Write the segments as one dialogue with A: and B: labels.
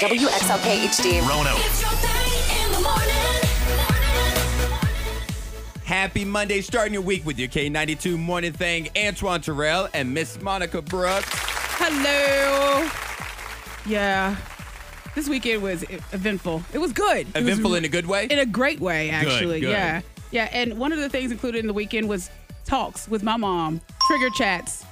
A: WXLK HD.
B: Rono.
C: It's your thing in the morning.
D: Happy Monday, starting your week with your K92 morning thing, Antoine Terrell and Miss Monica Brooks.
E: Hello. Yeah. This weekend was e- eventful. It was good. It was
D: Eventful in a good way?
E: in a great way, actually.
D: good.
E: Yeah. Yeah. And one of the things included in the weekend was talks with my mom, trigger chats.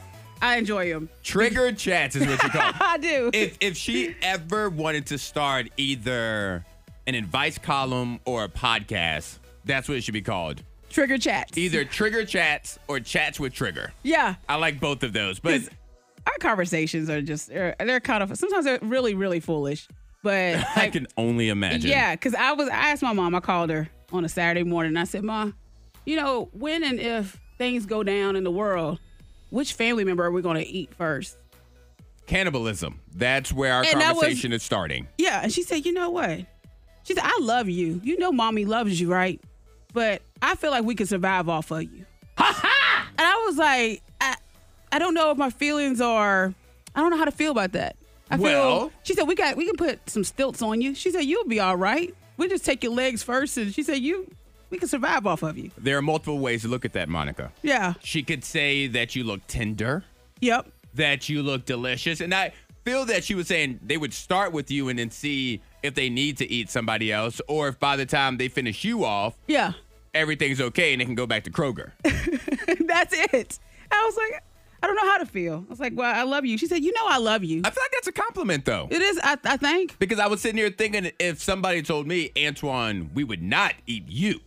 E: I enjoy them.
D: Trigger chats is what you call it.
E: I do.
D: if if she ever wanted to start either an advice column or a podcast, that's what it should be called.
E: trigger chats.
D: Either trigger chats or chats with trigger.
E: Yeah.
D: I like both of those, but
E: Our conversations are just, they're, they're kind of, sometimes they're really, really foolish. But
D: I
E: like,
D: can only imagine.
E: Yeah, because I was I asked my mom, I called her on a Saturday morning. and I said, Ma, you know, when and if things go down in the world, which family member are we gonna eat first?
D: Cannibalism. That's where our
E: And that was-
D: conversation is starting.
E: Yeah. And she said, you know what? She said, I love you. You know mommy loves you, right? But I feel like we can survive off of you. and I was like, I, I don't know if my feelings are I don't know how to feel about that. I
D: Well-
E: feel she said, We got we can put some stilts on you. She said, You'll be all right. We'll just take your legs first and she said, You we can survive off of you.
D: There are multiple ways to look at that, Monica.
E: Yeah.
D: She could say that you look tender,
E: Yep.
D: that you look delicious, and I feel that she was saying they would start with you and then see if they need to eat somebody else or if by the time they finish you off,
E: Yeah.
D: everything's okay and they can go back to Kroger.
E: That's it. I was like, I don't know how to feel. I was like, Well, I love you. She said, You know I love you.
D: I feel like that's a compliment though.
E: it is I, I think.
D: Because I was sitting here thinking if somebody told me, Antoine, we would not eat you,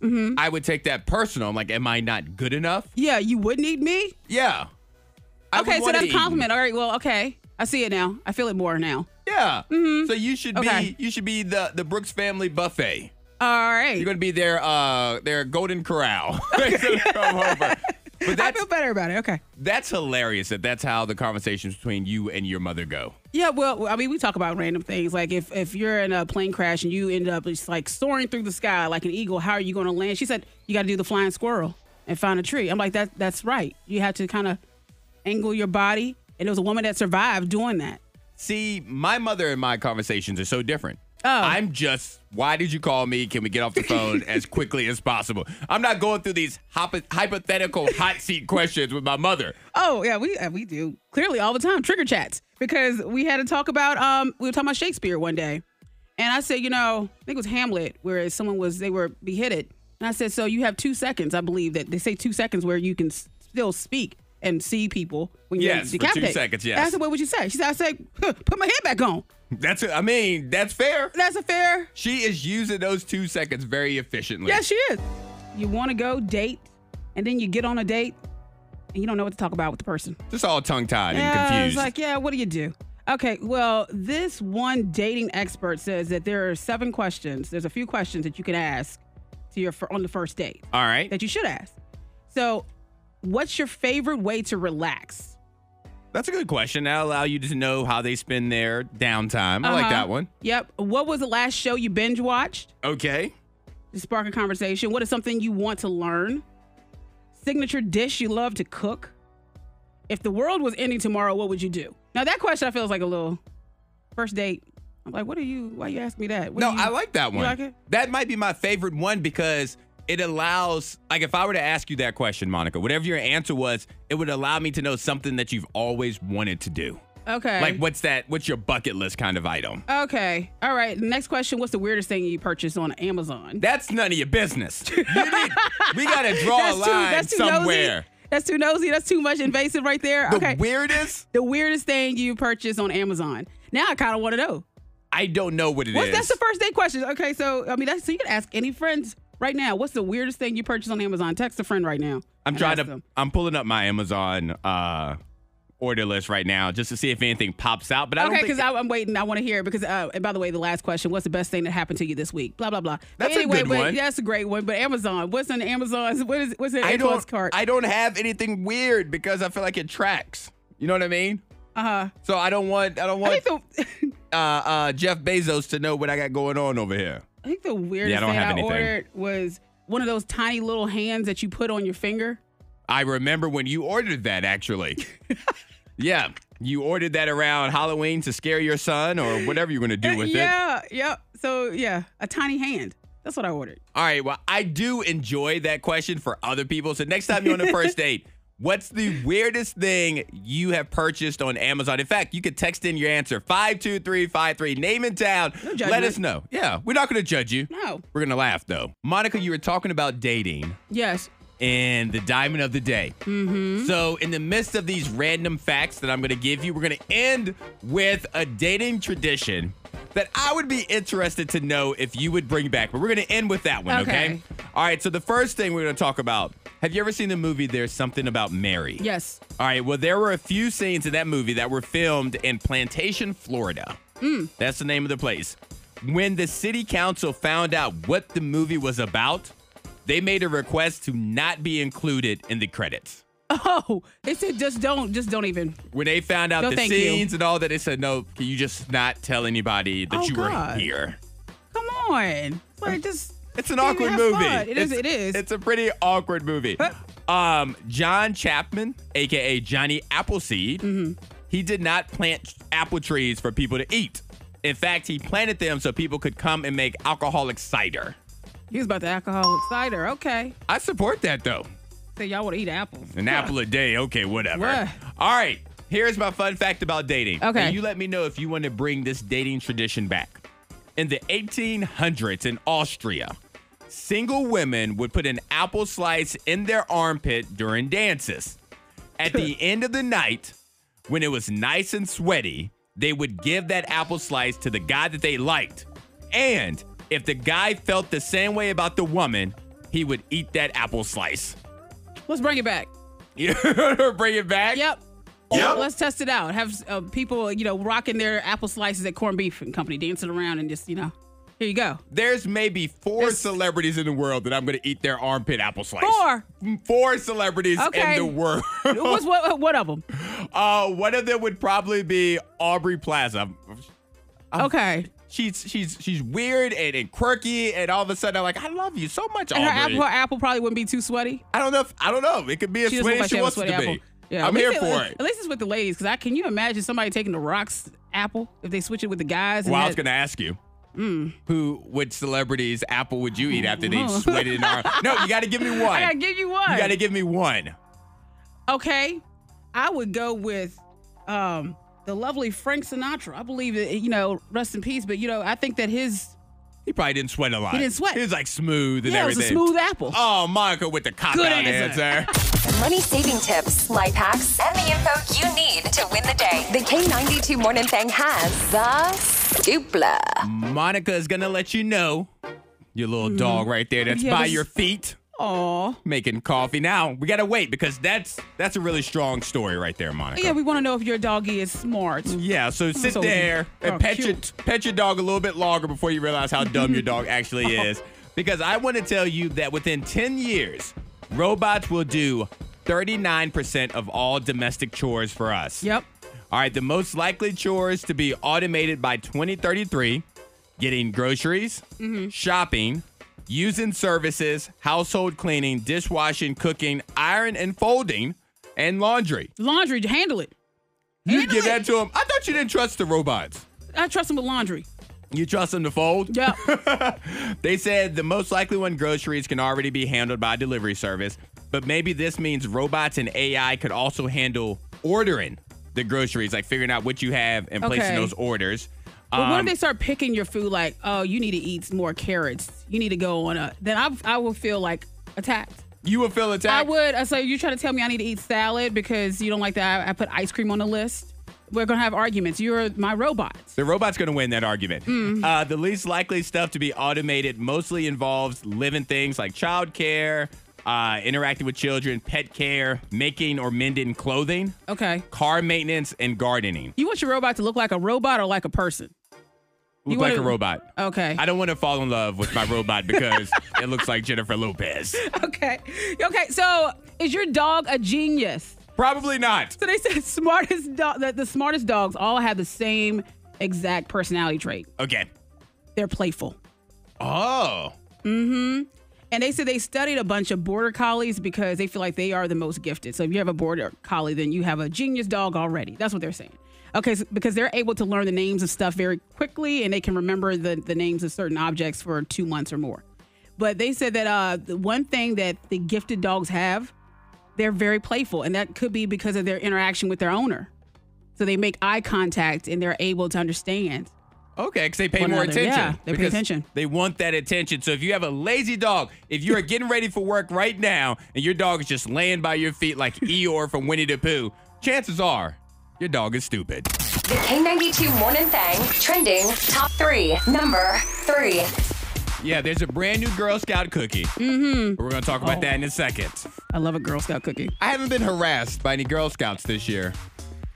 E: Mm-hmm.
D: I would take that personal. I'm like, am I not good enough?
E: Yeah, you would need me.
D: Yeah. I would
E: okay, so
D: wanna
E: that's a
D: eat you.
E: compliment. All right, well, okay. I see it now. I feel it more now.
D: Yeah. So you should
E: Mm-hmm. Okay.
D: be you should be the the Brooks family buffet.
E: All right.
D: You're gonna be their uh their golden corral. They're gonna come over. But
E: I
D: that's
E: feel better about it. Okay.
D: that's hilarious that that's how the conversations between you and your mother go.
E: Yeah, well, I mean, we talk about random things. Like if, if you're in a plane crash and you end up just like soaring through the sky like an eagle, how are you going to land? She said, you got to do the flying squirrel and find a tree. I'm like, that that's right. You have to kind of angle your body. And there was a woman that survived doing that.
D: See, my mother and my conversations are so different.
E: Oh.
D: I'm just, why did you call me? Can we get off the phone as quickly as possible? I'm not going through these hypo- hypothetical hot seat questions with my mother.
E: Oh yeah, we uh, we do clearly all the time trigger chats because we had to talk about um we were talking about Shakespeare one day, and I said you know I think it was Hamlet where someone was they were beheaded, and I said so you have two seconds I believe that they say two seconds where you can s- still speak and see people when you're
D: Yes, for two
E: decapitated.
D: seconds, yes.
E: I said what would you say? She said I said "Huh, put my head back on.
D: That's, I mean, that's fair.
E: That's a fair.
D: She is using those two seconds very efficiently.
E: Yes, she is. You want to go date, and then you get on a date, and you don't know what to talk about with the person.
D: Just all tongue tied
E: yeah,
D: and confused.
E: I was like, yeah, what do you do? Okay, well, this one dating expert says that there are seven questions. There's a few questions that you can ask to your fir- on the first date
D: all right.
E: that you should ask. So, what's your favorite way to relax?
D: That's a good question. That'll allow you to know how they spend their downtime. I like
E: Uh-huh.
D: that one.
E: Yep. What was the last show you binge watched?
D: Okay.
E: To spark a conversation. What is something you want to learn? Signature dish you love to cook? If the world was ending tomorrow, what would you do? Now that question I feel is like a little first date. I'm like, what are you? Why you ask me that? What
D: No,
E: do you-
D: I like that
E: you
D: one.
E: like it?
D: That might be my favorite one because it allows, like, if I were to ask you that question, Monica, whatever your answer was, it would allow me to know something that you've always wanted to do.
E: Okay.
D: Like, what's that? What's your bucket list kind of item?
E: Okay. All right. Next question. What's the weirdest thing you purchased on Amazon?
D: That's none of your business. You need, we got to draw a line somewhere.
E: nosy. That's too nosy. That's too much invasive right there.
D: The
E: okay.
D: weirdest,
E: the weirdest thing you purchased on Amazon. Now I kind of want to know.
D: I don't know what it is.
E: What's, that's the first date question. Okay. So, I mean, that's, so you can ask any friends right now. What's the weirdest thing you purchased on Amazon? Text a friend right now.
D: I'm
E: and
D: trying to.
E: ask them.
D: I'm pulling up my Amazon uh, order list right now just to see if anything pops out. But I don't
E: Okay,
D: think
E: because I'm waiting. I want to hear it because, uh, and by the way, the last question: What's the best thing that happened to you this week? Blah blah blah. But
D: That's a
E: anyway,
D: good
E: but
D: one.
E: That's a great one. But Amazon, what's on Amazon's? What is what's in
D: I
E: Amazon's
D: don't,
E: cart?
D: I don't have anything weird because I feel like it tracks. You know what I mean?
E: uh huh.
D: So I don't want I don't
E: I
D: want
E: think the
D: uh, uh, Jeff Bezos to know what I got going on over here.
E: I think the weirdest
D: don't
E: thing
D: have
E: I
D: anything.
E: ordered was one of those tiny little hands that you put on your finger.
D: I remember when you ordered that actually. yeah, you ordered that around Halloween to scare your son or whatever you're going to do with it.
E: yeah, yep. So yeah, a tiny hand. That's what I ordered.
D: All right. Well, I do enjoy that question for other people. So next time you're on a first date, what's the weirdest thing you have purchased on Amazon? In fact, you could text in your answer 52353, name and town.
E: judgment.
D: Let us know. Yeah, we're not going to judge you.
E: No.
D: We're going to laugh, though. Monica, you were talking about dating
E: Yes.
D: and the diamond of the day. Mm-hmm. So, in the midst of these random facts that I'm going to give you, we're going to end with a dating tradition that I would be interested to know if you would bring back. But we're going to end with that one, okay?
E: Okay.
D: All right. So, the first thing we're going to talk about have you ever seen the movie There's Something About Mary?
E: Yes.
D: All right. Well, there were a few scenes in that movie that were filmed in Plantation, Florida.
E: Hmm.
D: That's the name of the place. When the city council found out what the movie was about, they made a request to not be included in the credits.
E: Oh, they said just don't, just don't even.
D: When they found out
E: No,
D: the
E: thank you.
D: scenes and all that, they said, no, can you just not tell anybody that
E: Oh,
D: you
E: God.
D: were here?
E: Come on. It's Like just.
D: It's an
E: Maybe
D: awkward
E: have
D: movie.
E: fun. It is-
D: It's-
E: it is.
D: It's a pretty awkward movie.
E: But-
D: um, John Chapman, aka Johnny Appleseed,
E: Mm-hmm.
D: he did not plant apple trees for people to eat. In fact, he planted them so people could come and make alcoholic cider.
E: He was about the alcoholic cider. Okay.
D: I support that though.
E: So y'all want to eat apples?
D: An apple a day, okay, whatever.
E: What?
D: All right, here's my fun fact about dating.
E: Okay.
D: And you let me know if you want to bring this dating tradition back. In the 1800s in Austria, single women would put an apple slice in their armpit during dances. At the end of the night, when it was nice and sweaty, they would give that apple slice to the guy that they liked. And if the guy felt the same way about the woman, he would eat that apple slice.
E: Let's bring it back.
D: You bring it back?
E: Yep. Yep. Let's test it out. Have uh, people, you know, rocking their apple slices at corned beef and company, dancing around and just, you know, here you go.
D: There's maybe four
E: There's-
D: celebrities in the world that I'm going to eat their armpit apple slice. Mm,
E: Four.
D: Four celebrities
E: Okay.
D: in the world.
E: What's what? What of them?
D: uh, one of them would probably be Aubrey Plaza.
E: Okay.
D: She's she's she's weird and, and quirky, and all of a sudden I'm like, I love you so much,
E: And her
D: Aubrey.
E: apple, her apple probably wouldn't be too sweaty.
D: I don't know. If, I don't know. It could be as
E: She just
D: sweaty
E: looks
D: as
E: like
D: she
E: she have a
D: wants it
E: sweaty
D: to
E: apple.
D: be. I'm
E: at
D: here
E: least
D: for it.
E: At least it's with the ladies, because I can you imagine somebody taking the rocks apple if they switch it with the guys? and
D: Well, I was
E: that-
D: going to ask you.
E: Mm.
D: Who, which celebrities' apple would you eat after they
E: Oh.
D: sweated in our? No, you got to give me one.
E: I gotta give you one.
D: you got to give me one.
E: Okay, I would go with um, the lovely Frank Sinatra. I believe that you know, rest in peace. But you know, I think that his
D: He probably didn't sweat a lot.
E: He didn't sweat.
D: He was like smooth and
E: yeah, it was a
D: everything.
E: smooth apple.
D: Oh, Monica with the cop
E: Good
D: out
E: answer.
A: Money saving tips, life hacks, and the info you need to win the day. The K92 Morning Thing has the dupla.
D: Monica is gonna let you know your little dog right there that's
E: Yeah,
D: by
E: this-
D: your feet
E: Aw.
D: making coffee. Now we gotta wait because that's that's a really strong story right there, Monica.
E: Yeah, we want to know if your doggy is smart.
D: Yeah, so sit
E: so
D: there
E: cute.
D: and
E: Oh,
D: pet
E: cute.
D: your pet your dog a little bit longer before you realize how dumb your dog actually is. Because I want to tell you that within 10 years, robots will do 39% of all domestic chores for us.
E: Yep.
D: All right, the most likely chores to be automated by 2033 getting groceries, shopping, using services, household cleaning, dishwashing, cooking, iron and folding, and laundry.
E: Laundry, handle it.
D: You give that to them. I thought you didn't trust the robots.
E: I trust him with laundry.
D: You trust them to fold?
E: Yep.
D: They said the most likely one groceries can already be handled by delivery service, but maybe this means robots and AI could also handle ordering the groceries, like figuring out what you have and placing
E: Okay.
D: those orders.
E: But what if
D: Um,
E: they start picking your food like, oh, you need to eat more carrots. You need to go on a. Then I, I will feel like attacked.
D: you would feel
E: I
D: attacked.
E: would. I say you try to tell me I need to eat salad because you don't like that. I, I put ice cream on the list. We're gonna have arguments. You're my robot.
D: The robot's going to win that argument.
E: Mm.
D: Uh, the least likely stuff to be automated mostly involves living things like childcare, uh, interacting with children, pet care, making or mending clothing,
E: Okay.
D: car maintenance, and gardening.
E: You want your robot to look like a robot or like a person?
D: Look
E: You
D: like a
E: wanna-
D: robot.
E: Okay.
D: I don't want to fall in love with my robot because it looks like Jennifer Lopez.
E: okay. Okay. So is your dog a genius?
D: Probably not.
E: So they said smartest dog. The, the smartest dogs all have the same exact personality trait.
D: Okay.
E: They're playful.
D: Oh.
E: And they said they studied a bunch of border collies because they feel like they are the most gifted. So if you have a border collie, then you have a genius dog already. That's what they're saying. Okay, so- because they're able to learn the names of stuff very quickly and they can remember the, the names of certain objects for two months or more. But they said that uh, the one thing that the gifted dogs have, they're very playful. And that could be because of their interaction with their owner. So they make eye contact and they're able to understand.
D: Okay, because they pay
E: One
D: more
E: another.
D: attention.
E: Yeah, they pay
D: Because
E: attention.
D: They want that attention. So if you have a lazy dog, if you are getting ready for work right now and your dog is just laying by your feet like Eeyore from Winnie the Pooh, chances are your dog is stupid.
A: The K92 Morning Thing trending top three. Number three.
D: Yeah, there's a brand new Girl Scout cookie. Mm-hmm. We're going to talk
E: Oh.
D: about that in a second.
E: I love a Girl Scout cookie.
D: I haven't been harassed by any Girl Scouts this year.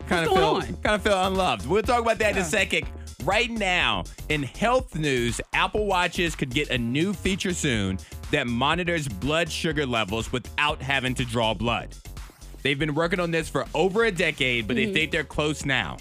D: Kind of
E: going
D: feel
E: on?
D: kind of feel unloved. We'll talk about that in a second. Right now, in health news, Apple Watches could get a new feature soon that monitors blood sugar levels without having to draw blood. They've been working on this for over a decade, but they think they're close now.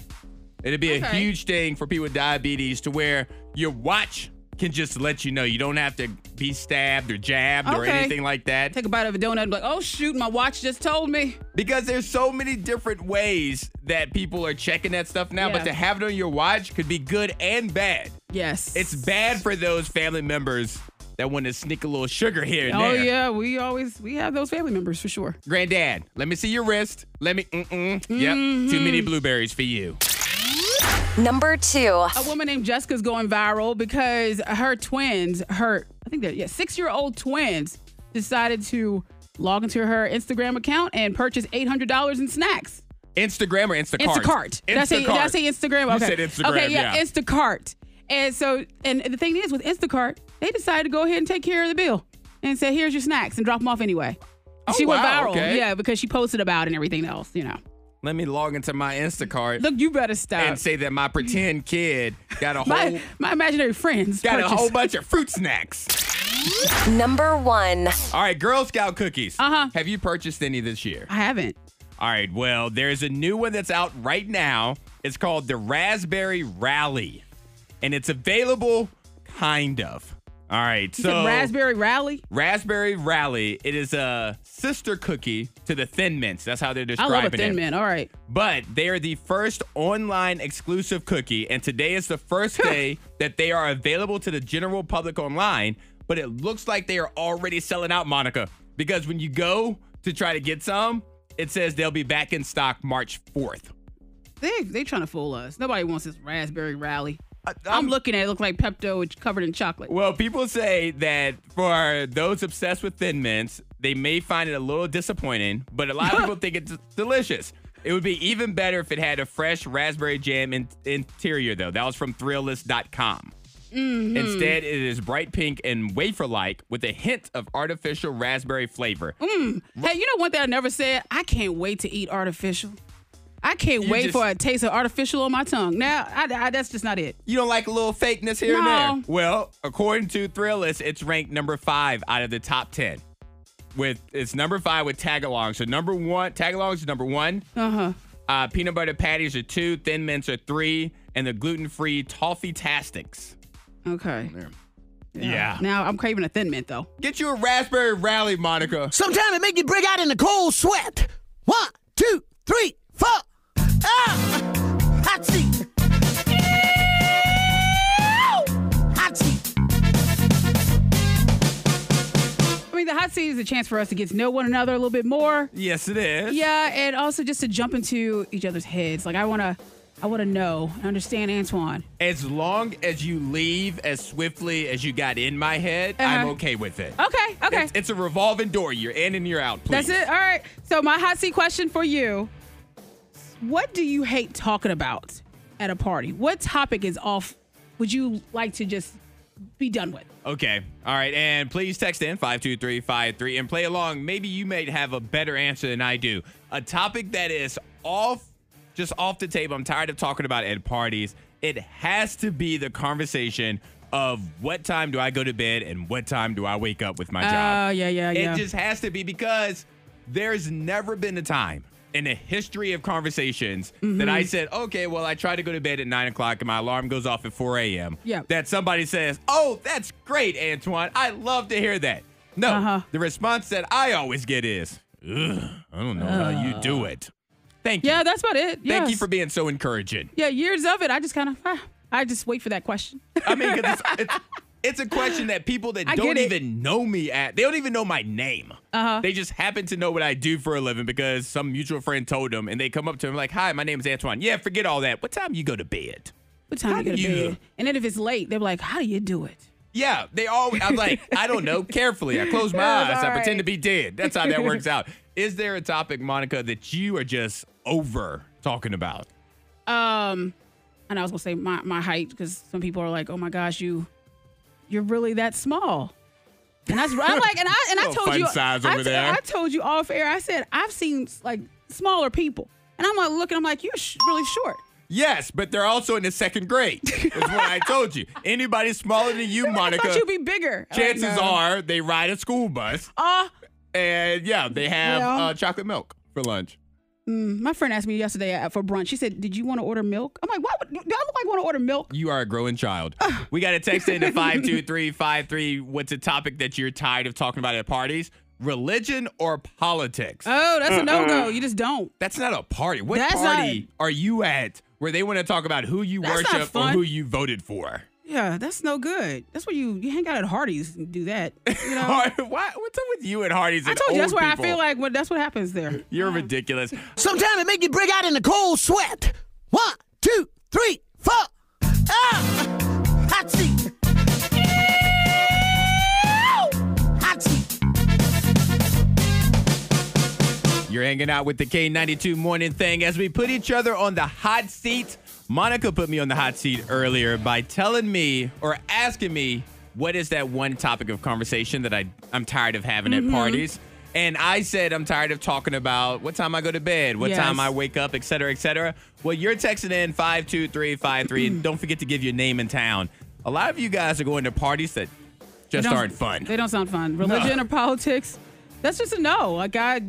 D: It'd be a
E: Mm-hmm. Okay.
D: huge thing for people with diabetes to where your watch can just let you know you don't have to be stabbed or jabbed or
E: Okay.
D: anything like that.
E: Take a bite of a donut and be like, oh shoot, my watch just told me.
D: Because there's so many different ways that people are checking that stuff now, but
E: Yeah.
D: to have it on your watch could be good and bad.
E: Yes.
D: It's bad for those family members that want to sneak a little sugar here and
E: Oh
D: there.
E: yeah, we always we have those family members for sure.
D: Granddad, let me see your wrist. Let me. Mm-mm. Yep. Too
E: Mm-hmm.
D: many blueberries for you.
A: Number two.
E: A woman named Jessica's going viral because her twins, her I think they're yeah, six year old twins, decided to log into her Instagram account and purchase eight hundred dollars in snacks.
D: Instagram or Instacart?
E: Instacart. Did I say, did I say Instagram?
D: You
E: Okay.
D: said Instagram,
E: Okay, yeah,
D: yeah.
E: Instacart. And so, and the thing is, with Instacart, they decided to go ahead and take care of the bill and say, "Here's your snacks," and drop them off anyway.
D: Oh,
E: she went
D: wow,
E: viral,
D: okay.
E: yeah, because she posted about it and everything else. You know,
D: Let me log into my Instacart
E: look, you better stop.
D: and say that my pretend kid got a whole
E: my my imaginary friends
D: got a
E: purchased-
D: whole bunch of fruit snacks.
A: Number one.
D: All right, Girl Scout cookies.
E: Uh-huh.
D: Have you purchased any this year?
E: I haven't.
D: All right, well, there's a new one that's out right now. It's called the Raspberry Rally, and it's available kind of. All right,
E: You
D: so
E: said raspberry rally.
D: Raspberry Rally, it is a sister cookie to the Thin Mints. That's how they're
E: I
D: describing
E: love a thin
D: it.
E: man. All right,
D: But they are the first online exclusive cookie, and today is the first day that they are available to the general public online. But it looks like they are already selling out, Monica, because when you go to try to get some, it says they'll be back in stock March 4th.
E: they they trying to fool us. Nobody wants this raspberry rally.
D: I-
E: I'm,
D: I'm-
E: looking at it look like Pepto, it's covered in chocolate.
D: Well, people say that for those obsessed with Thin Mints, they may find it a little disappointing, but a lot of people think it's delicious. It would be even better if it had a fresh raspberry jam in- interior, though. That was from Thrillist.com. Instead, it is bright pink and wafer like with a hint of artificial raspberry flavor.
E: Hey, you know one thing I never said? I can't wait to eat artificial. I can't
D: You
E: wait
D: just-
E: for a taste of artificial on my tongue. Now, I, I- that's just not it.
D: You don't like a little fakeness here
E: No.
D: and there? Well, according to Thrillist, it's ranked number five out of the top 10. With It's number five with Tagalong. So, number one, Tagalongs is number one.
E: Uh huh.
D: Uh, peanut butter patties are two, thin mints are three, and the gluten free toffee tastics.
E: Okay.
D: Yeah.
E: Now I'm craving a thin mint though.
D: Get you a raspberry rally, Monica.
B: Sometimes it make you break out in a cold sweat. One, two, three, four. Ah! Hot seat. Ew! Hot seat.
E: I mean, the hot seat is a chance for us to get to know one another a little bit more.
D: Yes, it is.
E: Yeah, and also just to jump into each other's heads. Like I wanna, I wanna know, and understand Antoine.
D: As long as you leave as swiftly as you got in my head, I'm
E: Uh-huh.
D: okay with it.
E: Okay. Okay.
D: It's, it's a revolving door. You're in and you're out. Please.
E: That's it. All right. So my hot seat question for you: What do you hate talking about at a party? What topic is off? Would you like to just be done with?
D: Okay. All right. And please text in 52353 and play along. Maybe you may have a better answer than I do. A topic that is off, just off the table. I'm tired of talking about at parties. It has to be the conversation of what time do I go to bed and what time do I wake up with my job.
E: Oh, yeah, yeah, yeah.
D: It just has to be because there's never been a time in the history of conversations that
E: Mm-hmm.
D: I said, okay, well, I try to go to bed at nine o'clock and my alarm goes off at 4 a.m.
E: Yeah.
D: That somebody says, oh, that's great, Antoine. I love to hear that. No.
E: Uh-huh.
D: The response that I always get is, Ugh, I don't know how you do it. Thank you.
E: Uh. Yeah, that's about it.
D: Thank you
E: Yes.
D: for being so encouraging.
E: Yeah, years of it. I just kind of, ah, I just wait for that question.
D: I mean, 'cause it's, it's, it's a question that people that
E: I
D: don't
E: get it.
D: even know me at, they don't even know my name. Uh-huh. They just happen to know what I do for a living because some mutual friend told them, and they come up to him like, "Hi, my name is Antoine." Yeah, forget all that. What time you go to bed?
E: What time
D: How
E: you get
D: do
E: to
D: you-
E: bed? And then if it's late, they're like, "How do you do it?"
D: Yeah, they all. I'm like, I don't know. Carefully, I close my eyes.
E: That's
D: I
E: all
D: pretend to
E: right.
D: be dead. That's how that works out. Is there a topic, Monica, that you are just over talking about?
E: Um, and I was gonna say my my height because some people are like, "Oh my gosh, you, you're really that small." And that's I'm like, and I and I
D: Little
E: told
D: fun
E: you,
D: size
E: I
D: over
E: t-
D: there.
E: I told you off air. I said I've seen like smaller people, and I'm like looking. I'm like, you're sh- really short.
D: Yes, but they're also in the second grade. Is what I told you. Anybody smaller than you,
E: I
D: Monica,
E: thought you'd be bigger. I'm like,
D: chances
E: "No."
D: are they ride a school bus
E: Uh,
D: and yeah, they have
E: Yeah.
D: uh, chocolate milk for lunch.
E: mm, my friend asked me yesterday at- for brunch. She said, "Did you want to order milk?" I'm like, "Why would do I look like I want to order milk?"
D: You are a growing child. We got a text in to 52353. What's a topic that you're tired of talking about at parties? Religion or politics?
E: Oh, that's a no go. You just don't.
D: That's not a party. What
E: That's
D: party are you at where they want to talk about who you
E: That's not
D: worship or
E: fun.
D: who you voted for?
E: Yeah, that's no good. That's where you you hang out at Hardee's and do that. You know.
D: Why- what's up with you and Hardy's?
E: I
D: and
E: told you that's
D: old
E: where
D: people?
E: I feel like what that's what happens there.
D: You're ridiculous.
B: Sometimes it make you break out in a cold sweat. One, two, three, four. Ah! Hot seat. Ew! Hot seat.
D: You're hanging out with the K92 morning thing as we put each other on the hot seat. Monica put me on the hot seat earlier by telling me or asking me what is that one topic of conversation that I, I'm tired of having
E: Mm-hmm.
D: at parties. And I said I'm tired of talking about what time I go to bed, what
E: Yes.
D: time I wake up, et cetera, et cetera. Well, you're texting in 52353. and Don't forget to give your name and town. A lot of you guys are going to parties that just
E: don't-
D: aren't fun.
E: They don't sound fun. Religion or politics, that's just a no. Like I,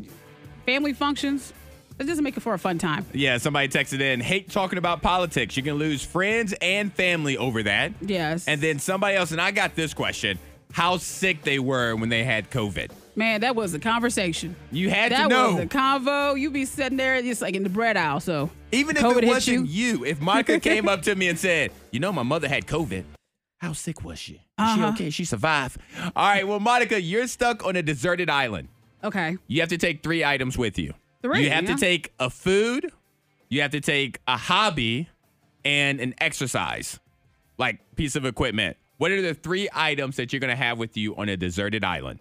E: family functions, that doesn't make it for a fun time.
D: Yeah, somebody texted in, hate talking about politics. You can lose friends and family over that.
E: Yes.
D: And then somebody else, and I got this question how sick they were when they had COVID.
E: Man, that was a conversation.
D: You had
E: that
D: to know.
E: was a convo. You be sitting there just like in the bread aisle. So
D: Even if
E: COVID
D: it
E: hit
D: wasn't you. if Monica came up to me and said, You know, my mother had COVID, how sick was she? Is she
E: Uh-huh.
D: okay? She survived. All right, well, Monica, you're stuck on a deserted island.
E: Okay.
D: You have to take three items with you.
E: Three,
D: You have
E: yeah.
D: to take a food, you have to take a hobby, and an exercise, like piece of equipment. What are the three items that you're gonna have with you on a deserted island?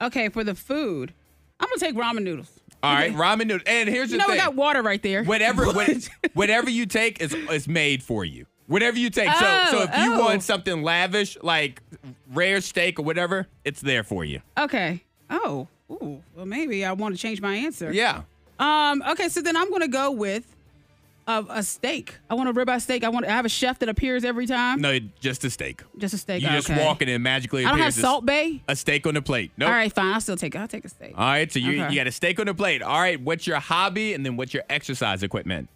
E: Okay, for the food, I'm gonna take ramen noodles.
D: All right, ramen noodles. And here's
E: You
D: the
E: know, we
D: thing:
E: got water right there.
D: whatever what, whatever you take is is made for you. Whatever you take. so so
E: Oh,
D: if you
E: oh.
D: want something lavish, like rare steak or whatever, it's there for you.
E: Okay. Oh. Ooh. Well, maybe I want to change my answer.
D: Yeah.
E: Um. Okay. So then I'm gonna go with a, a steak. I want a ribeye steak. I want. I have a chef that appears every time.
D: No, just a steak.
E: Just a steak.
D: You just
E: okay.
D: walk in and magically
E: I don't have
D: appears this-
E: salt bay.
D: A steak on the plate. Nope.
E: All right, fine. I'll still take it. I'll take a steak.
D: All right, so you,
E: Okay.
D: you got a steak on the plate. All right, what's your hobby and then what's your exercise equipment?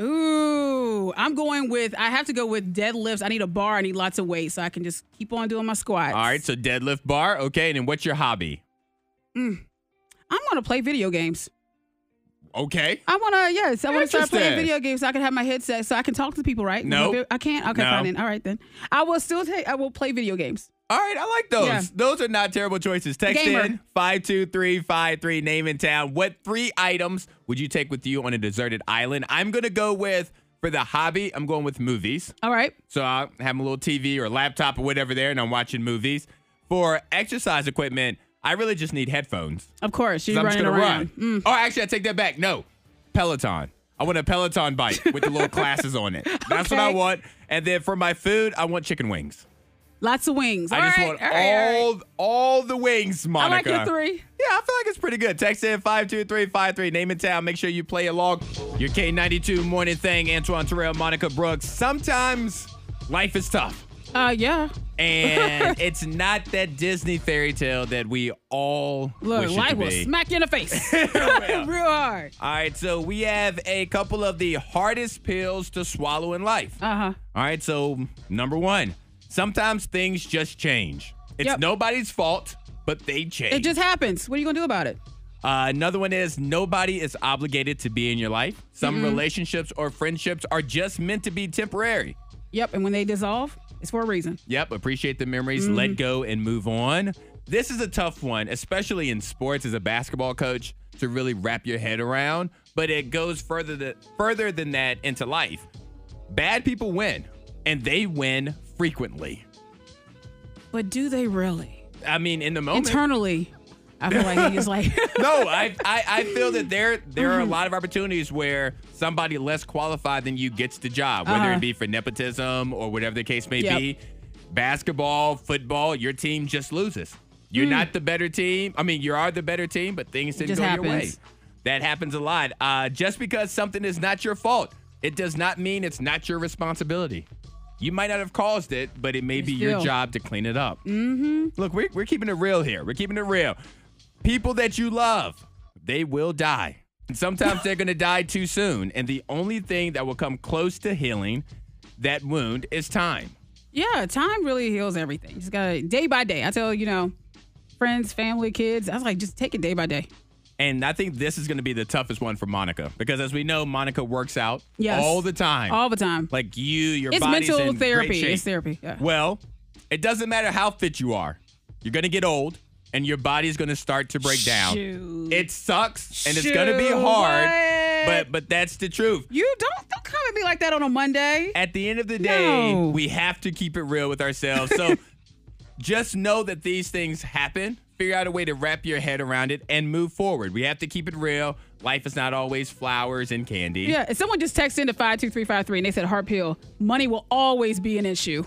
E: Ooh, I'm going with. I have to go with deadlifts. I need a bar. I need lots of weight so I can just keep on doing my squats.
D: All right, so deadlift bar. Okay, and then what's your hobby?
E: I'm gonna play video games.
D: Okay.
E: I wanna. Yes, I wanna start playing
D: Interesting.
E: video games so I can have my headset so I can talk to people. Right?
D: Nope.
E: No, I can't. Okay,
D: No.
E: fine. Then. All right then. I will still take. I will play video games.
D: All right, I like those.
E: Yeah.
D: Those are not terrible choices. Text
E: Gamer.
D: in 52353, name and town. What three items would you take with you on a deserted island? I'm going to go with, for the hobby, I'm going with movies.
E: All right.
D: So I have a little TV or laptop or whatever there, and I'm watching movies. For exercise equipment, I really just need headphones.
E: Of course, you're
D: I'm just
E: running
D: gonna
E: around. Mm.
D: run. Oh, actually, I take that back. No, Peloton. I want a Peloton bike with the little classes on it. That's what I
E: Okay.
D: want. And then for my food, I want chicken wings.
E: Lots of wings.
D: I
E: All
D: just
E: right,
D: want
E: all right, all
D: all
E: right.
D: all the wings,
E: I like
D: Monica.
E: your three.
D: Yeah, I feel like it's pretty good. Text in 52353, name and town. Make sure you play along. Your K92 morning thing, Antoine Terrell, Monica Brooks. Sometimes life is tough.
E: Uh, yeah.
D: And it's not that Disney fairy tale that we all
E: Look,
D: wish it
E: life
D: to
E: will
D: be.
E: smack you in the face real hard.
D: All right, so we have a couple of the hardest pills to swallow in life.
E: Uh huh.
D: All right, so number one, sometimes things just change. It's
E: Yep.
D: nobody's fault, but they change.
E: It just happens. What are you gonna do about it?
D: Uh, another one is nobody is obligated to be in your life.
E: Mm-hmm.
D: Some relationships or friendships are just meant to be temporary.
E: Yep. And when they dissolve, it's for a reason.
D: Yep, appreciate the memories, let go and move on. This is a tough one, especially in sports as a basketball coach to really wrap your head around, but it goes further th- further than that into life. Bad people win, and they win frequently.
E: But do they really?
D: I mean, in the moment,
E: Internally, I feel like he's like,
D: no, I, I I feel that there there are a lot of opportunities where somebody less qualified than you gets the job, whether
E: Uh-huh.
D: it be for nepotism or whatever the case may
E: Yep.
D: be. Basketball, football, your team just loses. You're not the better team. I mean, you are the better team, but things didn't
E: Hmm. just
D: go your way.
E: happens.
D: That happens a lot. Uh, just because something is not your fault, it does not mean it's not your responsibility. You might not have caused it, but it may be your
E: still-
D: job to clean it up.
E: Mm-hmm.
D: Look, we're, we're keeping it real here. We're keeping it real. People that you love, they will die. And sometimes they're going to die too soon. And the only thing that will come close to healing that wound is time.
E: yeah, time really heals everything. Just gotta day by day. I tell you know, friends, family, kids. I was like, just take it day by day.
D: And I think this is going to be the toughest one for Monica because, as we know, Monica works out
E: Yes.
D: all the time.
E: All the time.
D: like you, your
E: It's
D: body's
E: mental
D: in great
E: therapy.
D: shape.
E: It's therapy, yeah.
D: Well, it doesn't matter how fit you are. You're going to get old, and your body's going to start to break down.
E: Shoot.
D: It sucks, and it's going to be
E: Shoot,
D: hard.
E: what?
D: But but that's the truth.
E: You don't don't come at me like that on a Monday.
D: At the end of the day,
E: No.
D: we have to keep it real with ourselves. So just know that these things happen. Figure out a way to wrap your head around it and move forward. We have to keep it real. Life is not always flowers and candy.
E: Yeah, if someone just texted into 52353 and they said heart pill, money will always be an issue.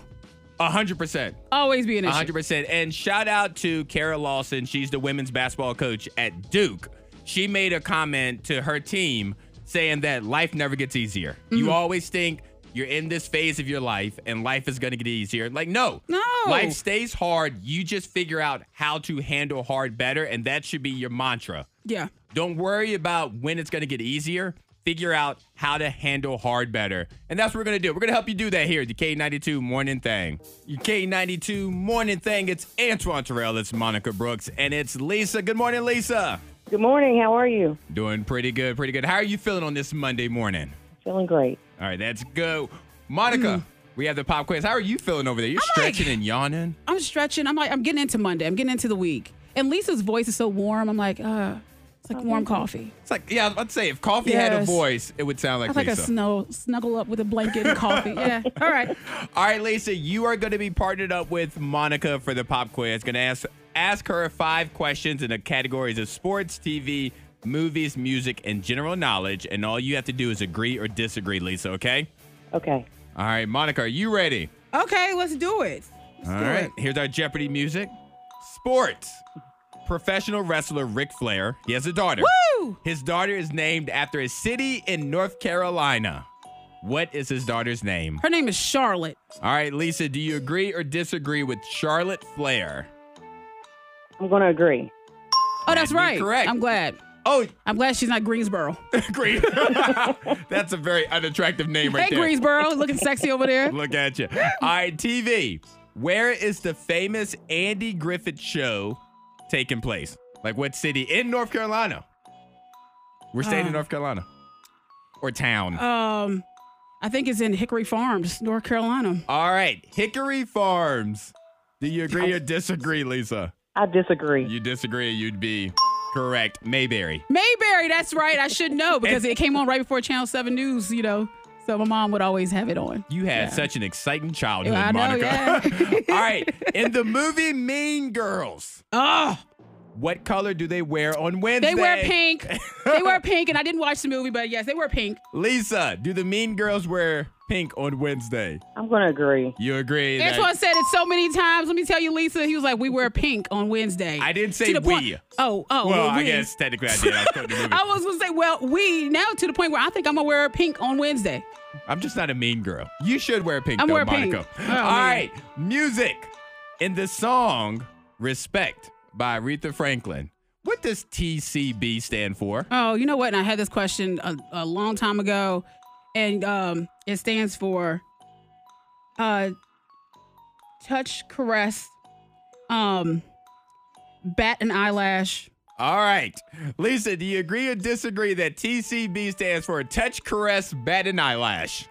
D: A hundred percent.
E: Always be an
D: A
E: issue.
D: hundred percent. And shout out to Kara Lawson. She's the women's basketball coach at Duke. She made a comment to her team saying that life never gets easier.
E: Mm-hmm.
D: You always think you're in this phase of your life and life is gonna get easier. Like, no.
E: No.
D: Life stays hard. You just figure out how to handle hard better, and that should be your mantra.
E: Yeah.
D: Don't worry about when it's going to get easier. Figure out how to handle hard better. And that's what we're going to do. We're going to help you do that here at the K92 Morning Thing. Your K92 Morning Thing. It's Antoine Terrell. It's Monica Brooks. And it's Lisa. Good morning, Lisa.
F: Good morning. How are you?
D: Doing pretty good. Pretty good. How are you feeling on this Monday morning?
F: Feeling great.
D: All right, that's go.
E: Mm.
D: Monica, we have the pop quiz. How are you feeling over there? You're stretching and yawning.
E: I'm stretching. I'm like, I'm getting into Monday. I'm getting into the week. And Lisa's voice is so warm. I'm like, uh, it's like warm coffee.
D: It's like, yeah, I was about to say, if coffee had a
E: Yes.
D: voice, it would sound like
E: It's like a
D: Lisa.
E: snow, snuggle up with a blanket and coffee. Yeah. All right.
D: All right, Lisa, you are going to be partnered up with Monica for the pop quiz. Going to ask ask her five questions in the categories of sports, TV, movies, music, and general knowledge. And all you have to do is agree or disagree, Lisa. Okay.
F: Okay.
D: All right, Monica, are you ready?
E: Okay, let's do it.
D: All right. Here's our Jeopardy music. Sports. Professional wrestler Ric Flair. He has a daughter.
E: Woo!
D: His daughter is named after a city in North Carolina. What is his daughter's name?
E: Her name is Charlotte.
D: All right, Lisa, do you agree or disagree with Charlotte Flair?
F: I'm going to agree.
E: Oh, that's
D: be
E: right.
D: correct.
E: I'm glad.
D: Oh,
E: I'm glad she's not Greensboro.
D: agree. That's a very unattractive name right
E: hey,
D: there.
E: Greensboro, looking sexy over there.
D: Look at you. All right, TV. Where is the famous Andy Griffith show taking place? Like what city? In North Carolina. We're staying in North Carolina. Or town.
E: Um, I think it's in Hickory Farms, North Carolina.
D: All right, Hickory Farms. Do you agree or disagree, Lisa?
F: I disagree.
D: You disagree, you'd be correct. Mayberry.
E: Mayberry, that's right. I should know because it came on right before Channel 7 News, you know. So my mom would always have it on.
D: You had such an exciting childhood,
E: I know,
D: Monica.
E: yeah.
D: All right. In the movie Mean Girls,
E: Oh,
D: what color do they wear on Wednesday?
E: they wear pink. they wear pink, and I didn't watch the movie, but yes, they wear pink.
D: Lisa, do the Mean Girls wear pink on Wednesday?
F: I'm going to agree.
D: You agree? that-
E: Antoine said it so many times. Let me tell you, Lisa, he was like, we wear pink on Wednesday.
D: I didn't say
E: To the point-
D: we.
E: Oh, oh.
D: well,
E: we.
D: I guess technically I did. I was quoting the movie.
E: I was going to say, well, we now to the point where I think I'm going to wear pink on Wednesday.
D: I'm just not a mean girl. You should wear pink,
E: I'm
D: though,
E: wearing pink.
D: Monica.
E: Oh,
D: All
E: man.
D: right, music. In the song "Respect" by Aretha Franklin, what does TCB stand for?
E: Oh, you know what? And I had this question a, a long time ago, and um, it stands for uh, touch, caress, Um, bat an eyelash.
D: All right. Lisa, do you agree or disagree that TCB stands for touch, caress, bat, and eyelash?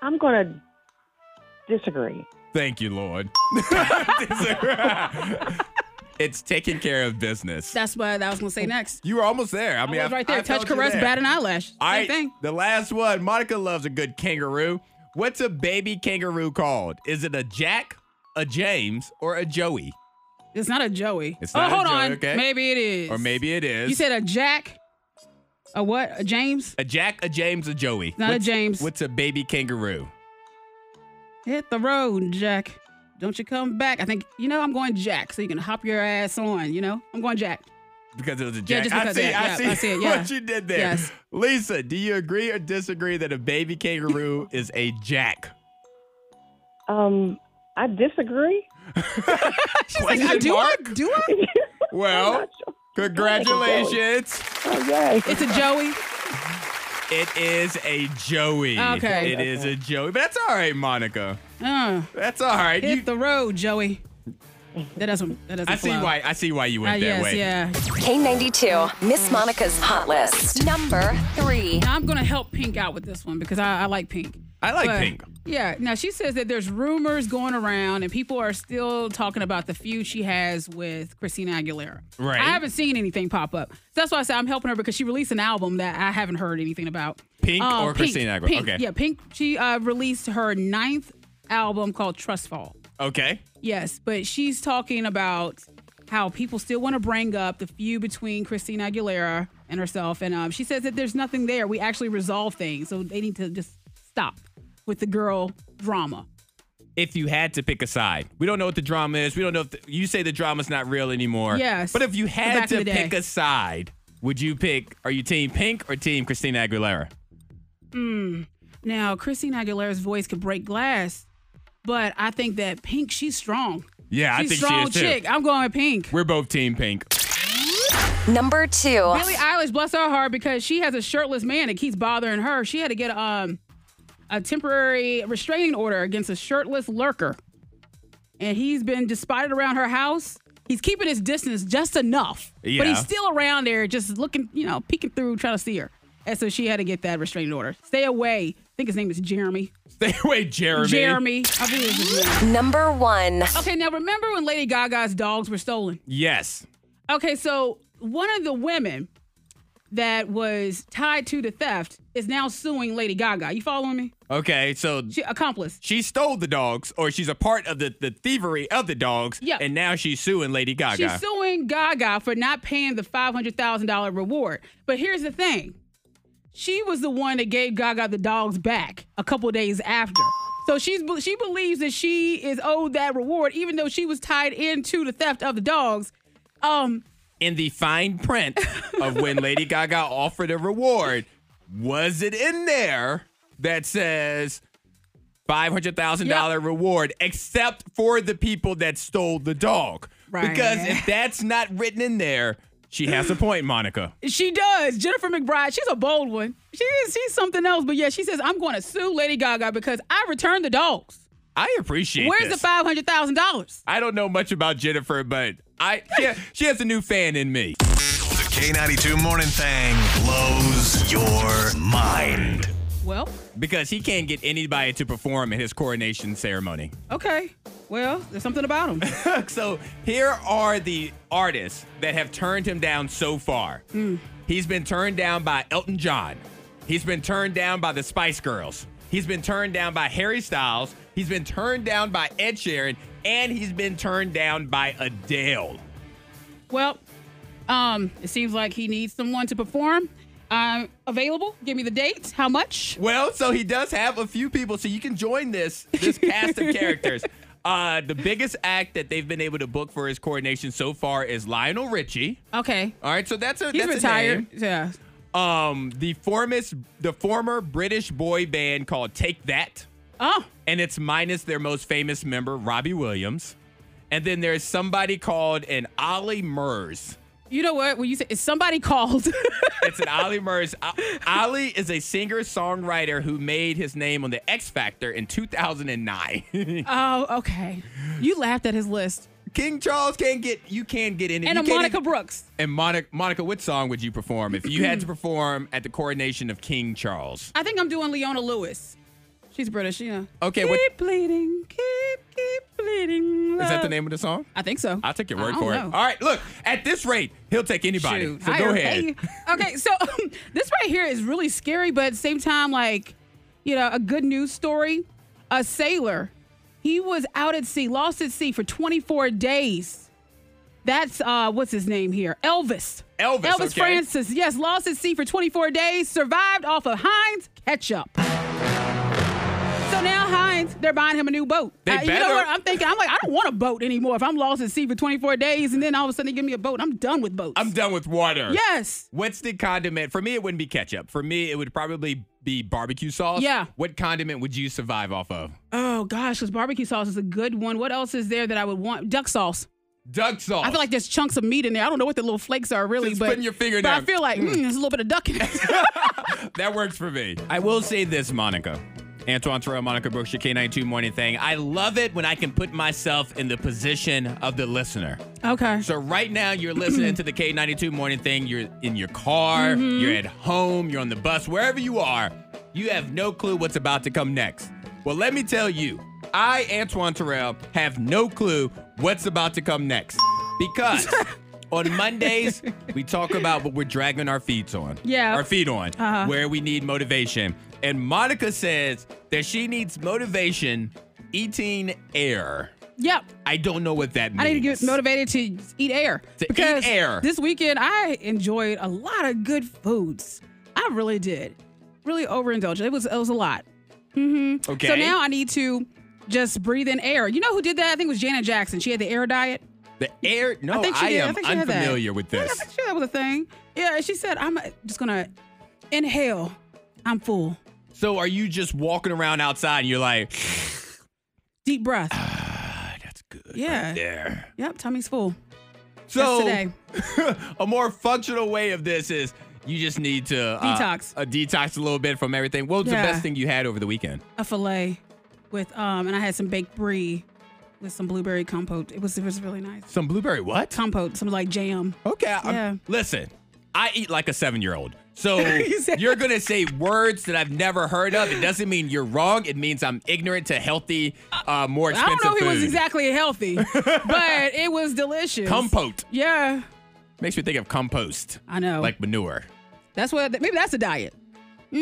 F: I'm gonna disagree.
D: Thank you, Lord. it's taking care of business.
E: That's what I was gonna say next.
D: You were almost there. I mean,
E: I was right there. Touch,
D: felt you
E: caress,
D: there.
E: bat an eyelash. Same
D: All right,
E: thing.
D: the last one. Monica loves a good kangaroo. What's a baby kangaroo called? Is it a Jack, a James, or a Joey?
E: It's not a Joey.
D: It's not
E: oh,
D: a
E: hold
D: Joey,
E: on.
D: okay.
E: Maybe it is.
D: Or maybe it is.
E: you said a Jack. A what? A James?
D: a Jack, a James, a Joey.
E: Not a
D: What's-
E: James.
D: What's a baby kangaroo?
E: Hit the road, Jack. Don't you come back? I think you know I'm going Jack, so you can hop your ass on. You know I'm going Jack.
D: Because it was a Jack.
E: just
D: I
E: because
D: see.
E: of that.
D: I,
E: Yeah,
D: see
E: I see it, yeah.
D: what you did there.
E: Yes.
D: Lisa, do you agree or disagree that a baby kangaroo is a Jack?
F: Um, I disagree.
D: She's
E: Like, I do I? Do I?
D: Well, congratulations.
F: Oh yay!
E: It's a Joey.
D: It is a Joey.
E: Okay.
D: It is a Joey. But that's all right, Monica.
E: Uh,
D: That's all right.
E: hit
D: You-
E: the road, Joey. That doesn't. That doesn't.
D: I see
E: flow.
D: why. I see why you
E: Uh,
D: went that
E: yes,
D: way.
E: yeah.
A: K92, Miss Monica's Hot List. Number three.
E: Now I'm gonna help Pink out with this one because I, I like Pink.
D: I like
E: But-
D: pink.
E: Yeah. Now she says that there's rumors going around and people are still talking about the feud she has with Christina Aguilera.
D: Right.
E: I haven't seen anything pop up. So that's why I said I'm helping her because she released an album that I haven't heard anything about. Uh,
D: Pink or Christina Aguilera?
E: Pink.
D: Okay.
E: Yeah, Pink. She uh, released her ninth album called Trust Fall.
D: Okay.
E: Yes, but she's talking about how people still want to bring up the feud between Christina Aguilera and herself, and um, she says that there's nothing there. We actually resolve things, so they need to just stop with the girl drama.
D: If you had to pick a side, we don't know what the drama is. We don't know if the, you say the drama's not real anymore.
E: Yes.
D: But if you had
E: Back in
D: to
E: the day.
D: pick a side, would you pick? Are you team pink or team Christina Aguilera?
E: Now, Christina Aguilera's voice could break glass, but I think that Pink, she's strong.
D: Yeah, I
E: she's
D: think she
E: strong
D: is, too.
E: chick. I'm going with Pink.
D: We're both team pink.
A: Number two.
E: Billie Eilish, bless her heart, because she has a shirtless man that keeps bothering her. She had to get um a temporary restraining order against a shirtless lurker, and he's been just spotted around her house. He's keeping his distance just enough,
D: Yeah.
E: but he's still around there, just looking, you know, peeking through, trying to see her. And so she had to get that restraining order. Stay away. I think his name is Jeremy.
D: Stay away, Jeremy.
E: Jeremy. I believe it's his name.
A: Number one.
E: Okay, now remember when Lady Gaga's dogs were stolen?
D: Yes.
E: Okay, so one of the women that was tied to the theft is now suing Lady Gaga. You following me?
D: Okay. So
E: She accomplice.
D: she stole the dogs, or she's a part of the, the thievery of the dogs.
E: Yeah.
D: And now she's suing Lady Gaga.
E: She's suing Gaga for not paying the five hundred thousand dollar reward. But here's the thing: she was the one that gave Gaga the dogs back a couple days after. So she's she believes that she is owed that reward, even though she was tied into the theft of the dogs. Um,
D: in the fine print of when Lady Gaga offered a reward, was it in there that says five hundred thousand thousand dollar reward, except for the people that stole the dog?
E: Right.
D: Because if that's not written in there, she has a point, Monica.
E: She does. Jennifer McBride. She's a bold one. She is. She's something else. But yeah, she says I'm going to sue Lady Gaga because I returned the dogs.
D: I appreciate.
E: Where's
D: this.
E: the five hundred thousand dollars?
D: I don't know much about Jennifer, but I she, she has a new fan in me.
G: The K92 Morning Thang blows your mind.
E: Well,
D: Because he can't get anybody to perform at his coronation ceremony.
E: okay. Well, there's something about him.
D: So here are the artists that have turned him down so far.
E: Hmm.
D: He's been turned down by Elton John. He's been turned down by the Spice Girls. He's been turned down by Harry Styles. He's been turned down by Ed Sheeran. And he's been turned down by Adele.
E: well, um, it seems like he needs someone to perform. I'm available. Give me the date. How much?
D: Well, so he does have a few people, so you can join this this cast of characters. Uh, the biggest act that they've been able to book for his coronation so far is Lionel Richie.
E: Okay.
D: All right, so that's a
E: He's
D: that's A name.
E: retired. Yeah.
D: Um, the formis, the former British boy band called Take That,
E: Oh,
D: and it's minus their most famous member Robbie Williams, and then there's somebody called an Ollie Murs,
E: You know what? When you say if somebody called,
D: It's an Ollie Murs. Ollie is a singer songwriter who made his name on the X Factor in 2009.
E: oh, okay. You laughed at his list.
D: King Charles can't get you can't get in it.
E: And
D: You
E: a
D: can't
E: Monica
D: even-
E: Brooks.
D: and Monica Monica, what song would you perform if you had to perform at the coronation of King Charles?
E: I think I'm doing Leona Lewis. She's British, you know.
D: Okay,
E: Keep
D: what-
E: bleeding, keep, keep bleeding.
D: Is that the
E: love.
D: name of the song?
E: I think so.
D: I'll take your
E: I
D: word
E: don't
D: for it.
E: know.
D: All right, look, at this rate, he'll take anybody.
E: Shoot,
D: so go
E: hire
D: ahead.
E: me. Okay, so um, this right here is really scary, but at the same time, like, you know, a good news story. A sailor, he was out at sea, lost at sea for 24 days. That's uh, what's his name here? Elvis.
D: Elvis,
E: Elvis
D: okay.
E: Francis. Yes, lost at sea for 24 days, survived off of Heinz ketchup. So now Heinz, they're buying him a new boat.
D: They
E: you know
D: better.
E: what I'm thinking? I'm like, I don't want a boat anymore. If I'm lost at sea for 24 days, and then all of a sudden they give me a boat, I'm done with boats.
D: I'm done with water.
E: Yes.
D: What's the condiment? For me, it wouldn't be ketchup. For me, it would probably be barbecue sauce.
E: Yeah.
D: What condiment would you survive off of?
E: Oh gosh, because barbecue sauce is a good one. What else is there that I would want? Duck sauce.
D: Duck sauce.
E: I feel like there's chunks of meat in there. I don't know what the little flakes are really,
D: Just
E: but
D: putting your finger
E: but I
D: down.
E: feel like mm, there's a little bit of duck in it.
D: that works for me. I will say this, Monica. Antoine Terrell, Monica Brooks, your K92 morning thing. I love it when I can put myself in the position of the listener.
E: okay.
D: So right now you're listening to the K92 morning thing. You're in your car,
E: Mm-hmm.
D: you're at home, you're on the bus, wherever you are, you have no clue what's about to come next. Well, let me tell you, I, Antoine Terrell, have no clue what's about to come next. Because on Mondays, we talk about what we're dragging our feet on.
E: Yeah. Uh-huh.
D: Our feet on. Where we need motivation. And Monica says that she needs motivation eating air.
E: Yep.
D: I don't know what that means.
E: I need to get motivated to eat air.
D: To eat
E: because
D: air.
E: This weekend I enjoyed a lot of good foods. I really did. Really overindulged. It was it was a lot.
D: Okay.
E: So now I need to just breathe in air. You know who did that? I think it was Janet Jackson. She had the air diet.
D: The air? No,
E: I
D: Oh, I,
E: think she did. I
D: am
E: think she had that.
D: unfamiliar with
E: Yeah, I
D: this.
E: think she- that was a thing. Yeah, and she said, I'm uh, just going to inhale. I'm full.
D: So are you just walking around outside and you're like,
E: Deep breath.
D: "Ah, that's good.
E: Yeah.
D: There.
E: Yep, tummy's full.
D: So
E: today.
D: a more functional way of this is you just need to uh,
E: Detox.
D: uh, detox a little bit from everything. What was
E: Yeah.
D: the best thing you had over the weekend?
E: A filet with, um, and I had some baked brie with some blueberry compote. It was, it was really nice.
D: Some blueberry what?
E: Compote, some like jam.
D: Okay. I'm-
E: Yeah.
D: listen, I eat like a seven year old. So
E: You said-
D: you're going to say words that I've never heard of. It doesn't mean you're wrong. It means I'm ignorant to healthy, uh, more
E: I
D: expensive
E: don't know if it was
D: food.
E: exactly healthy, but it was delicious.
D: Compote.
E: Yeah,
D: Makes me think of compost,
E: I know.
D: like manure.
E: that's what, maybe that's a diet.
D: There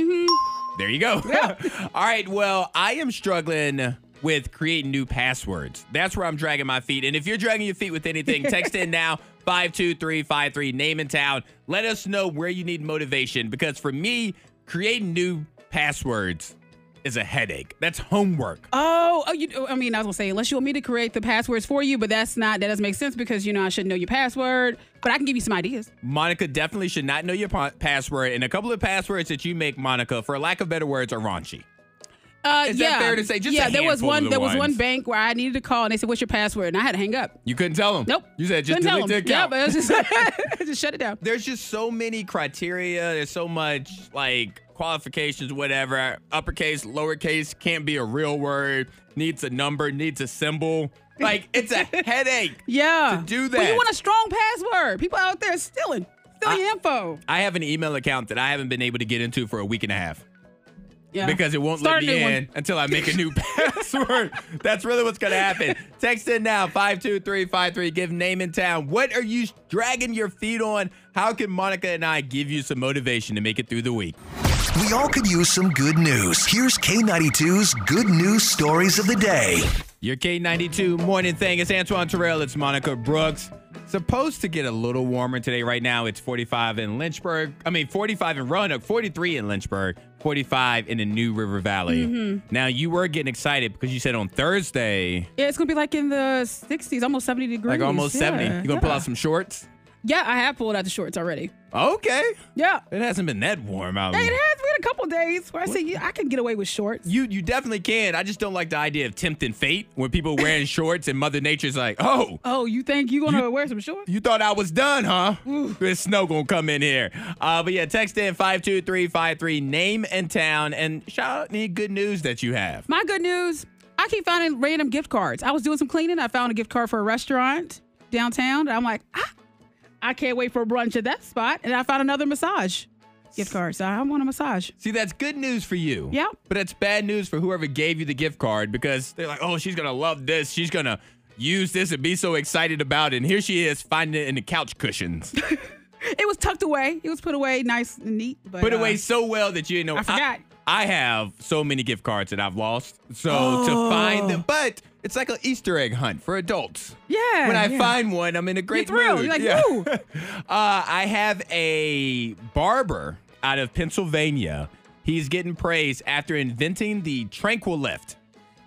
D: you go. All right. Well, I am struggling with creating new passwords. That's where I'm dragging my feet. And if you're dragging your feet with anything, text in now 52353, name and town. Let us know where you need motivation because for me, creating new passwords is a headache. That's homework.
E: Oh, oh, you, oh, I mean, I was gonna say, unless you want me to create the passwords for you, but that's not, that doesn't make sense because, you know, I should know your password, but I can give you some ideas.
D: Monica definitely should not know your pa- password. And a couple of passwords that you make, Monica, for lack of better words, are raunchy.
E: Uh,
D: Is that
E: yeah.
D: fair to say? Just
E: yeah,
D: a
E: there was
D: handful
E: one.
D: of the
E: there was one
D: ones.
E: bank where I needed to call, and they said, "What's your password?" And I had to hang up.
D: You couldn't tell them.
E: Nope.
D: You said just
E: Couldn't tell
D: delete the
E: them. Yeah,
D: account.
E: but it was just, just shut it down.
D: there's just so many criteria. There's so much like qualifications, whatever. Uppercase, lowercase can't be a real word. Needs a number. Needs a symbol. Like it's a headache.
E: Yeah.
D: To do
E: Well, you
D: that.
E: want a strong password. People out there stealing, stealing
D: I-
E: info.
D: I have an email account that I haven't been able to get into for a week and a half
E: Yeah.
D: because it won't
E: Start a
D: let me
E: new
D: in
E: one.
D: until I make a new password. That's really what's gonna happen. Text in now five two three five three. Give name and town. What are you dragging your feet on? How can Monica and I give you some motivation to make it through the week?
G: We all could use some good news. Here's K92's good news stories of the day.
D: Your K92 morning thing. It's Antoine Terrell. It's Monica Brooks. Supposed to get a little warmer today. Right now, it's 45 in Lynchburg. I mean, 45 in Roanoke, 43 in Lynchburg, 45 in the New River Valley.
E: Mm-hmm.
D: Now, you were getting excited because you said on Thursday,
E: yeah, it's gonna be like in the 60s, almost 70 degrees.
D: like almost 70,
E: Yeah,
D: you're going to
E: yeah.
D: pull out some shorts?
E: Yeah, I have pulled out the shorts already.
D: Okay.
E: Yeah.
D: It hasn't been that warm out.
E: It has we had a couple days where I said, yeah, I can get away with shorts.
D: You you definitely can. I just don't like the idea of tempting fate when people are wearing shorts and Mother Nature's like, oh,
E: Oh, you think you gonna wear some shorts?
D: you thought I was done, huh? This snow gonna come in here. Uh, but yeah, text in five two three five three. Name and town, and shout out any good news that you have.
E: My good news, I keep finding random gift cards. I was doing some cleaning. I found a gift card for a restaurant downtown. And I'm like, ah, I can't wait for brunch at that spot. And I found another massage gift card. So I want a massage.
D: See, that's good news for you.
E: Yeah.
D: But that's bad news for whoever gave you the gift card because they're like, oh, she's gonna love this. She's gonna use this and be so excited about it. And here she is finding it in the couch cushions.
E: It was tucked away. It was put away nice and neat. But,
D: put
E: uh,
D: away so well that you didn't know.
E: I forgot.
D: I, have so many gift cards that I've lost. So to
E: Oh.
D: find them, but it's like an Easter egg hunt for adults.
E: Yeah.
D: When I
E: yeah.
D: find one, I'm in a great
E: thrilled.
D: mood.
E: You're like, "Woo."
D: uh, I have a barber out of Pennsylvania. He's getting praise after inventing the Tranquil Lift.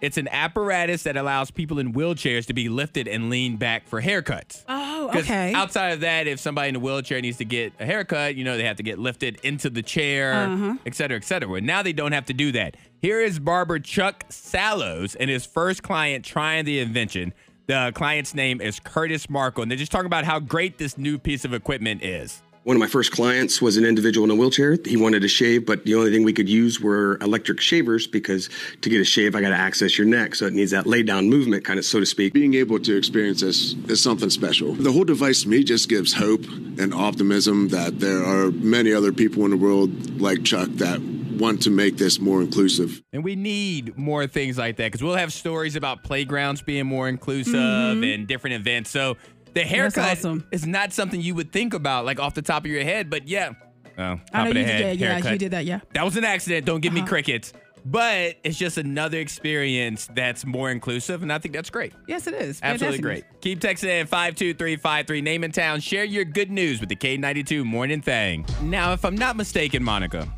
D: It's an apparatus that allows people in wheelchairs to be lifted and lean back for haircuts.
E: Oh,
D: 'Cause
E: okay.
D: Outside of that, if somebody in a wheelchair needs to get a haircut, you know, they have to get lifted into the chair,
E: Uh-huh.
D: et cetera, et cetera. Now they don't have to do that. Here is barber Chuck Sallows and his first client trying the invention. The client's name is Curtis Markle, and they're just talking about how great this new piece of equipment is.
H: One of my first clients was an individual in a wheelchair. He wanted to shave, but the only thing we could use were electric shavers because to get a shave, I got to access your neck. So it needs that lay down movement, kind of, so to speak.
I: being able to experience this is something special. The whole device to me just gives hope and optimism that there are many other people in the world like Chuck that want to make this more inclusive.
D: And we need more things like that because we'll have stories about playgrounds being more inclusive and different events. So the haircut
E: Mm-hmm. awesome.
D: is not something you would think about like off the top of your head, but yeah. Oh, top
E: I know
D: of the
E: you
D: head,
E: did. that. Yeah,
D: haircut.
E: you did that. Uh-huh. Yeah.
D: That was an accident. Don't give me crickets. But it's just another experience that's more inclusive, and I think that's great.
E: Yes, it is.
D: Absolutely
E: Fantastic.
D: great. Keep texting in 52353. Name and town. Share your good news with the K92 Morning Thing. Now, if I'm not mistaken, Monica,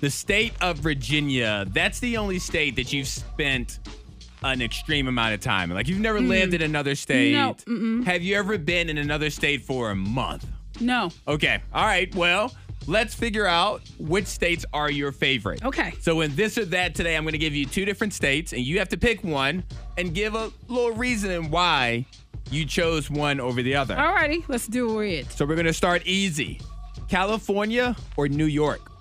D: the state of Virginia, that's the only state that you've spent an extreme amount of time. in. Like, you've never lived in another state.
E: Mm-hmm. No,
D: Have you ever been in another state for a month?
E: No.
D: Okay. All right. Well, let's figure out which states are your favorite.
E: Okay.
D: So in this or that today, I'm going to give you two different states, and you have to pick one and give a little reason and why you chose one over the other.
E: Alrighty, let's do it.
D: So we're going to start easy: California or New York?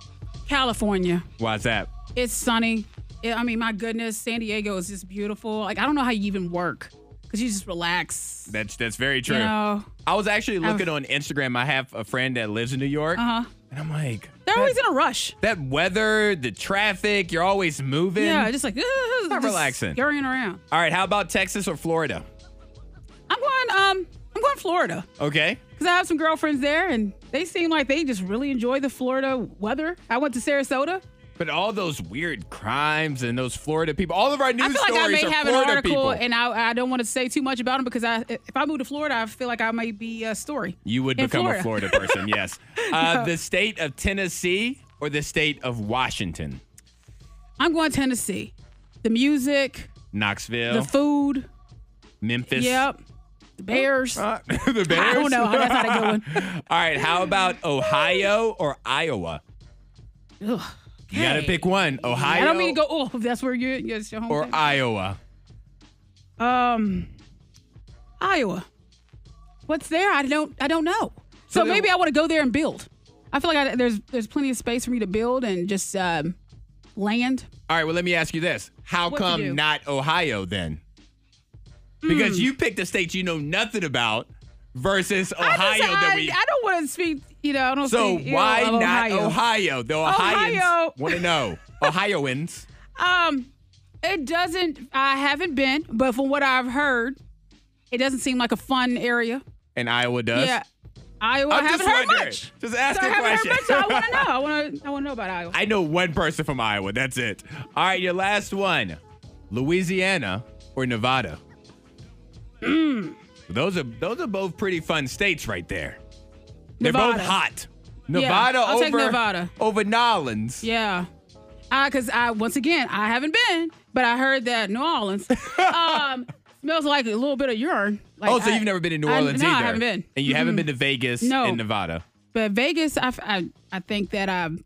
E: California.
D: Why's that?
E: It's sunny. It- I mean, my goodness, San Diego is just beautiful. Like, I don't know how you even work because you just relax.
D: That's that's very true.
E: You know,
D: I was actually
E: I've-
D: looking on Instagram. I have a friend that lives in New York,
E: Uh-huh.
D: and I'm like,
E: they're
D: that,
E: always in a rush.
D: that weather, the traffic, you're always moving.
E: Yeah, just like, it's
D: not relaxing.
E: scurrying around.
D: All right. How about Texas or Florida?
E: I'm going, um, I'm going Florida
D: Okay.
E: because I have some girlfriends there and they seem like they just really enjoy the Florida weather. I went to Sarasota.
D: But all those weird crimes and those Florida people, all of our news
E: I feel like I
D: stories
E: may
D: are
E: have
D: Florida
E: an article
D: people.
E: and I, I don't want to say too much about them because I, if I move to Florida, I feel like I may be a story.
D: you would
E: in
D: become a Florida
E: Florida.
D: person, yes. Uh, The state of Tennessee or the state of Washington?
E: I'm going Tennessee. The music,
D: Knoxville,
E: the food.
D: Memphis.
E: Yep. The Bears.
D: Uh, the Bears.
E: I don't know. That's not a good one.
D: All right, how about Ohio or Iowa? You got to
E: Okay.
D: pick one Ohio
E: I don't mean to go. Oh, if that's where you're. That's your home.
D: or Iowa.
E: um, Iowa. What's there? I don't. I don't know. So,
D: then-
E: maybe I want to go there and build. I feel like I, there's there's plenty of space for me to build and just um, land.
D: All right, well, let me ask you this. How
E: What to do? Hmm.
D: come not Ohio then? Because you picked a state you know nothing about versus Ohio
E: I, just,
D: that
E: I,
D: we
E: I don't want to speak. You know. I don't.
D: So
E: speak, ill
D: why
E: of
D: not
E: Ohio?
D: Ohio? The Ohioans
E: Ohio.
D: want to know. Ohioans.
E: Um, it doesn't. I haven't been, but from what I've heard, it doesn't seem like a fun area.
D: And Iowa does.
E: Yeah. Iowa. I
D: I'm
E: haven't
D: just
E: heard
D: wondering.
E: much.
D: Just ask
E: so
D: a
E: I haven't
D: question.
E: heard much. So I want to know. I want to. I want to know about Iowa.
D: I know one person from Iowa. That's it. All right, your last one. Louisiana or Nevada?
E: Hmm.
D: Those are those are both pretty fun states right there. They're both
E: Nevada.
D: hot.
E: Yeah,
D: Nevada
E: I'll
D: over
E: take Nevada.
D: over Nolans.
E: yeah. Because I, once again, I haven't been, but I heard that New Orleans um, smells like a little bit of urine. Like,
D: oh, so
E: I-
D: you've never been to New
E: I-
D: Orleans
E: no,
D: either.
E: I haven't been.
D: And you haven't been to Vegas
E: No.
D: and Nevada.
E: But Vegas, I, f- I- I think that um,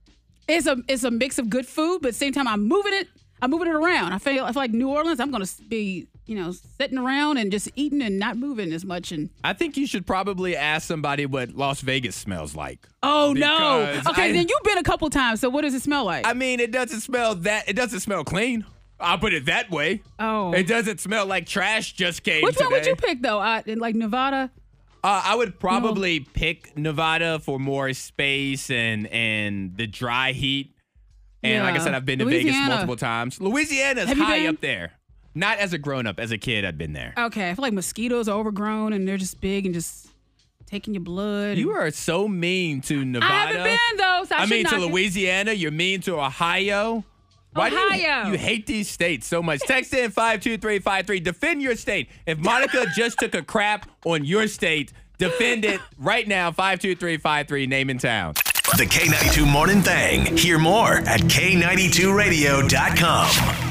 E: it's a it's a mix of good food, but at the same time I'm moving it. I'm moving it around. I feel I feel like New Orleans. I'm gonna be you know sitting around and just eating and not moving as much. And
D: I think you should probably ask somebody what Las Vegas smells like.
E: oh
D: Because
E: no, okay.
D: I-
E: then you've been a couple times. So what does it smell like?
D: I mean, it doesn't smell that. It doesn't smell clean. I'll put it that way.
E: Oh.
D: It doesn't smell like trash just came
E: Which one would
D: today.
E: you pick though? I, like Nevada.
D: Uh, I would probably pick Nevada for more space and and the dry heat. And like I
E: Yeah.
D: said, I've been to Vegas
E: Louisiana.
D: multiple times. Louisiana's
E: Have you
D: high
E: been?
D: up there. Not as a grown up, as a kid, I'd been there.
E: Okay, I feel like mosquitoes are overgrown and they're just big and just taking your blood.
D: You are so mean to Nevada.
E: I haven't been though. So I,
D: I
E: should
D: mean, to
E: knock it.
D: Louisiana. You're mean to Ohio. Why Do
E: Ohio.
D: you, you hate these states so much. Text in 52353. Defend your state. If Monica just took a crap on your state, defend it right now. 52353, name and town.
G: The K92 Morning Thing. Hear more at K92Radio.com.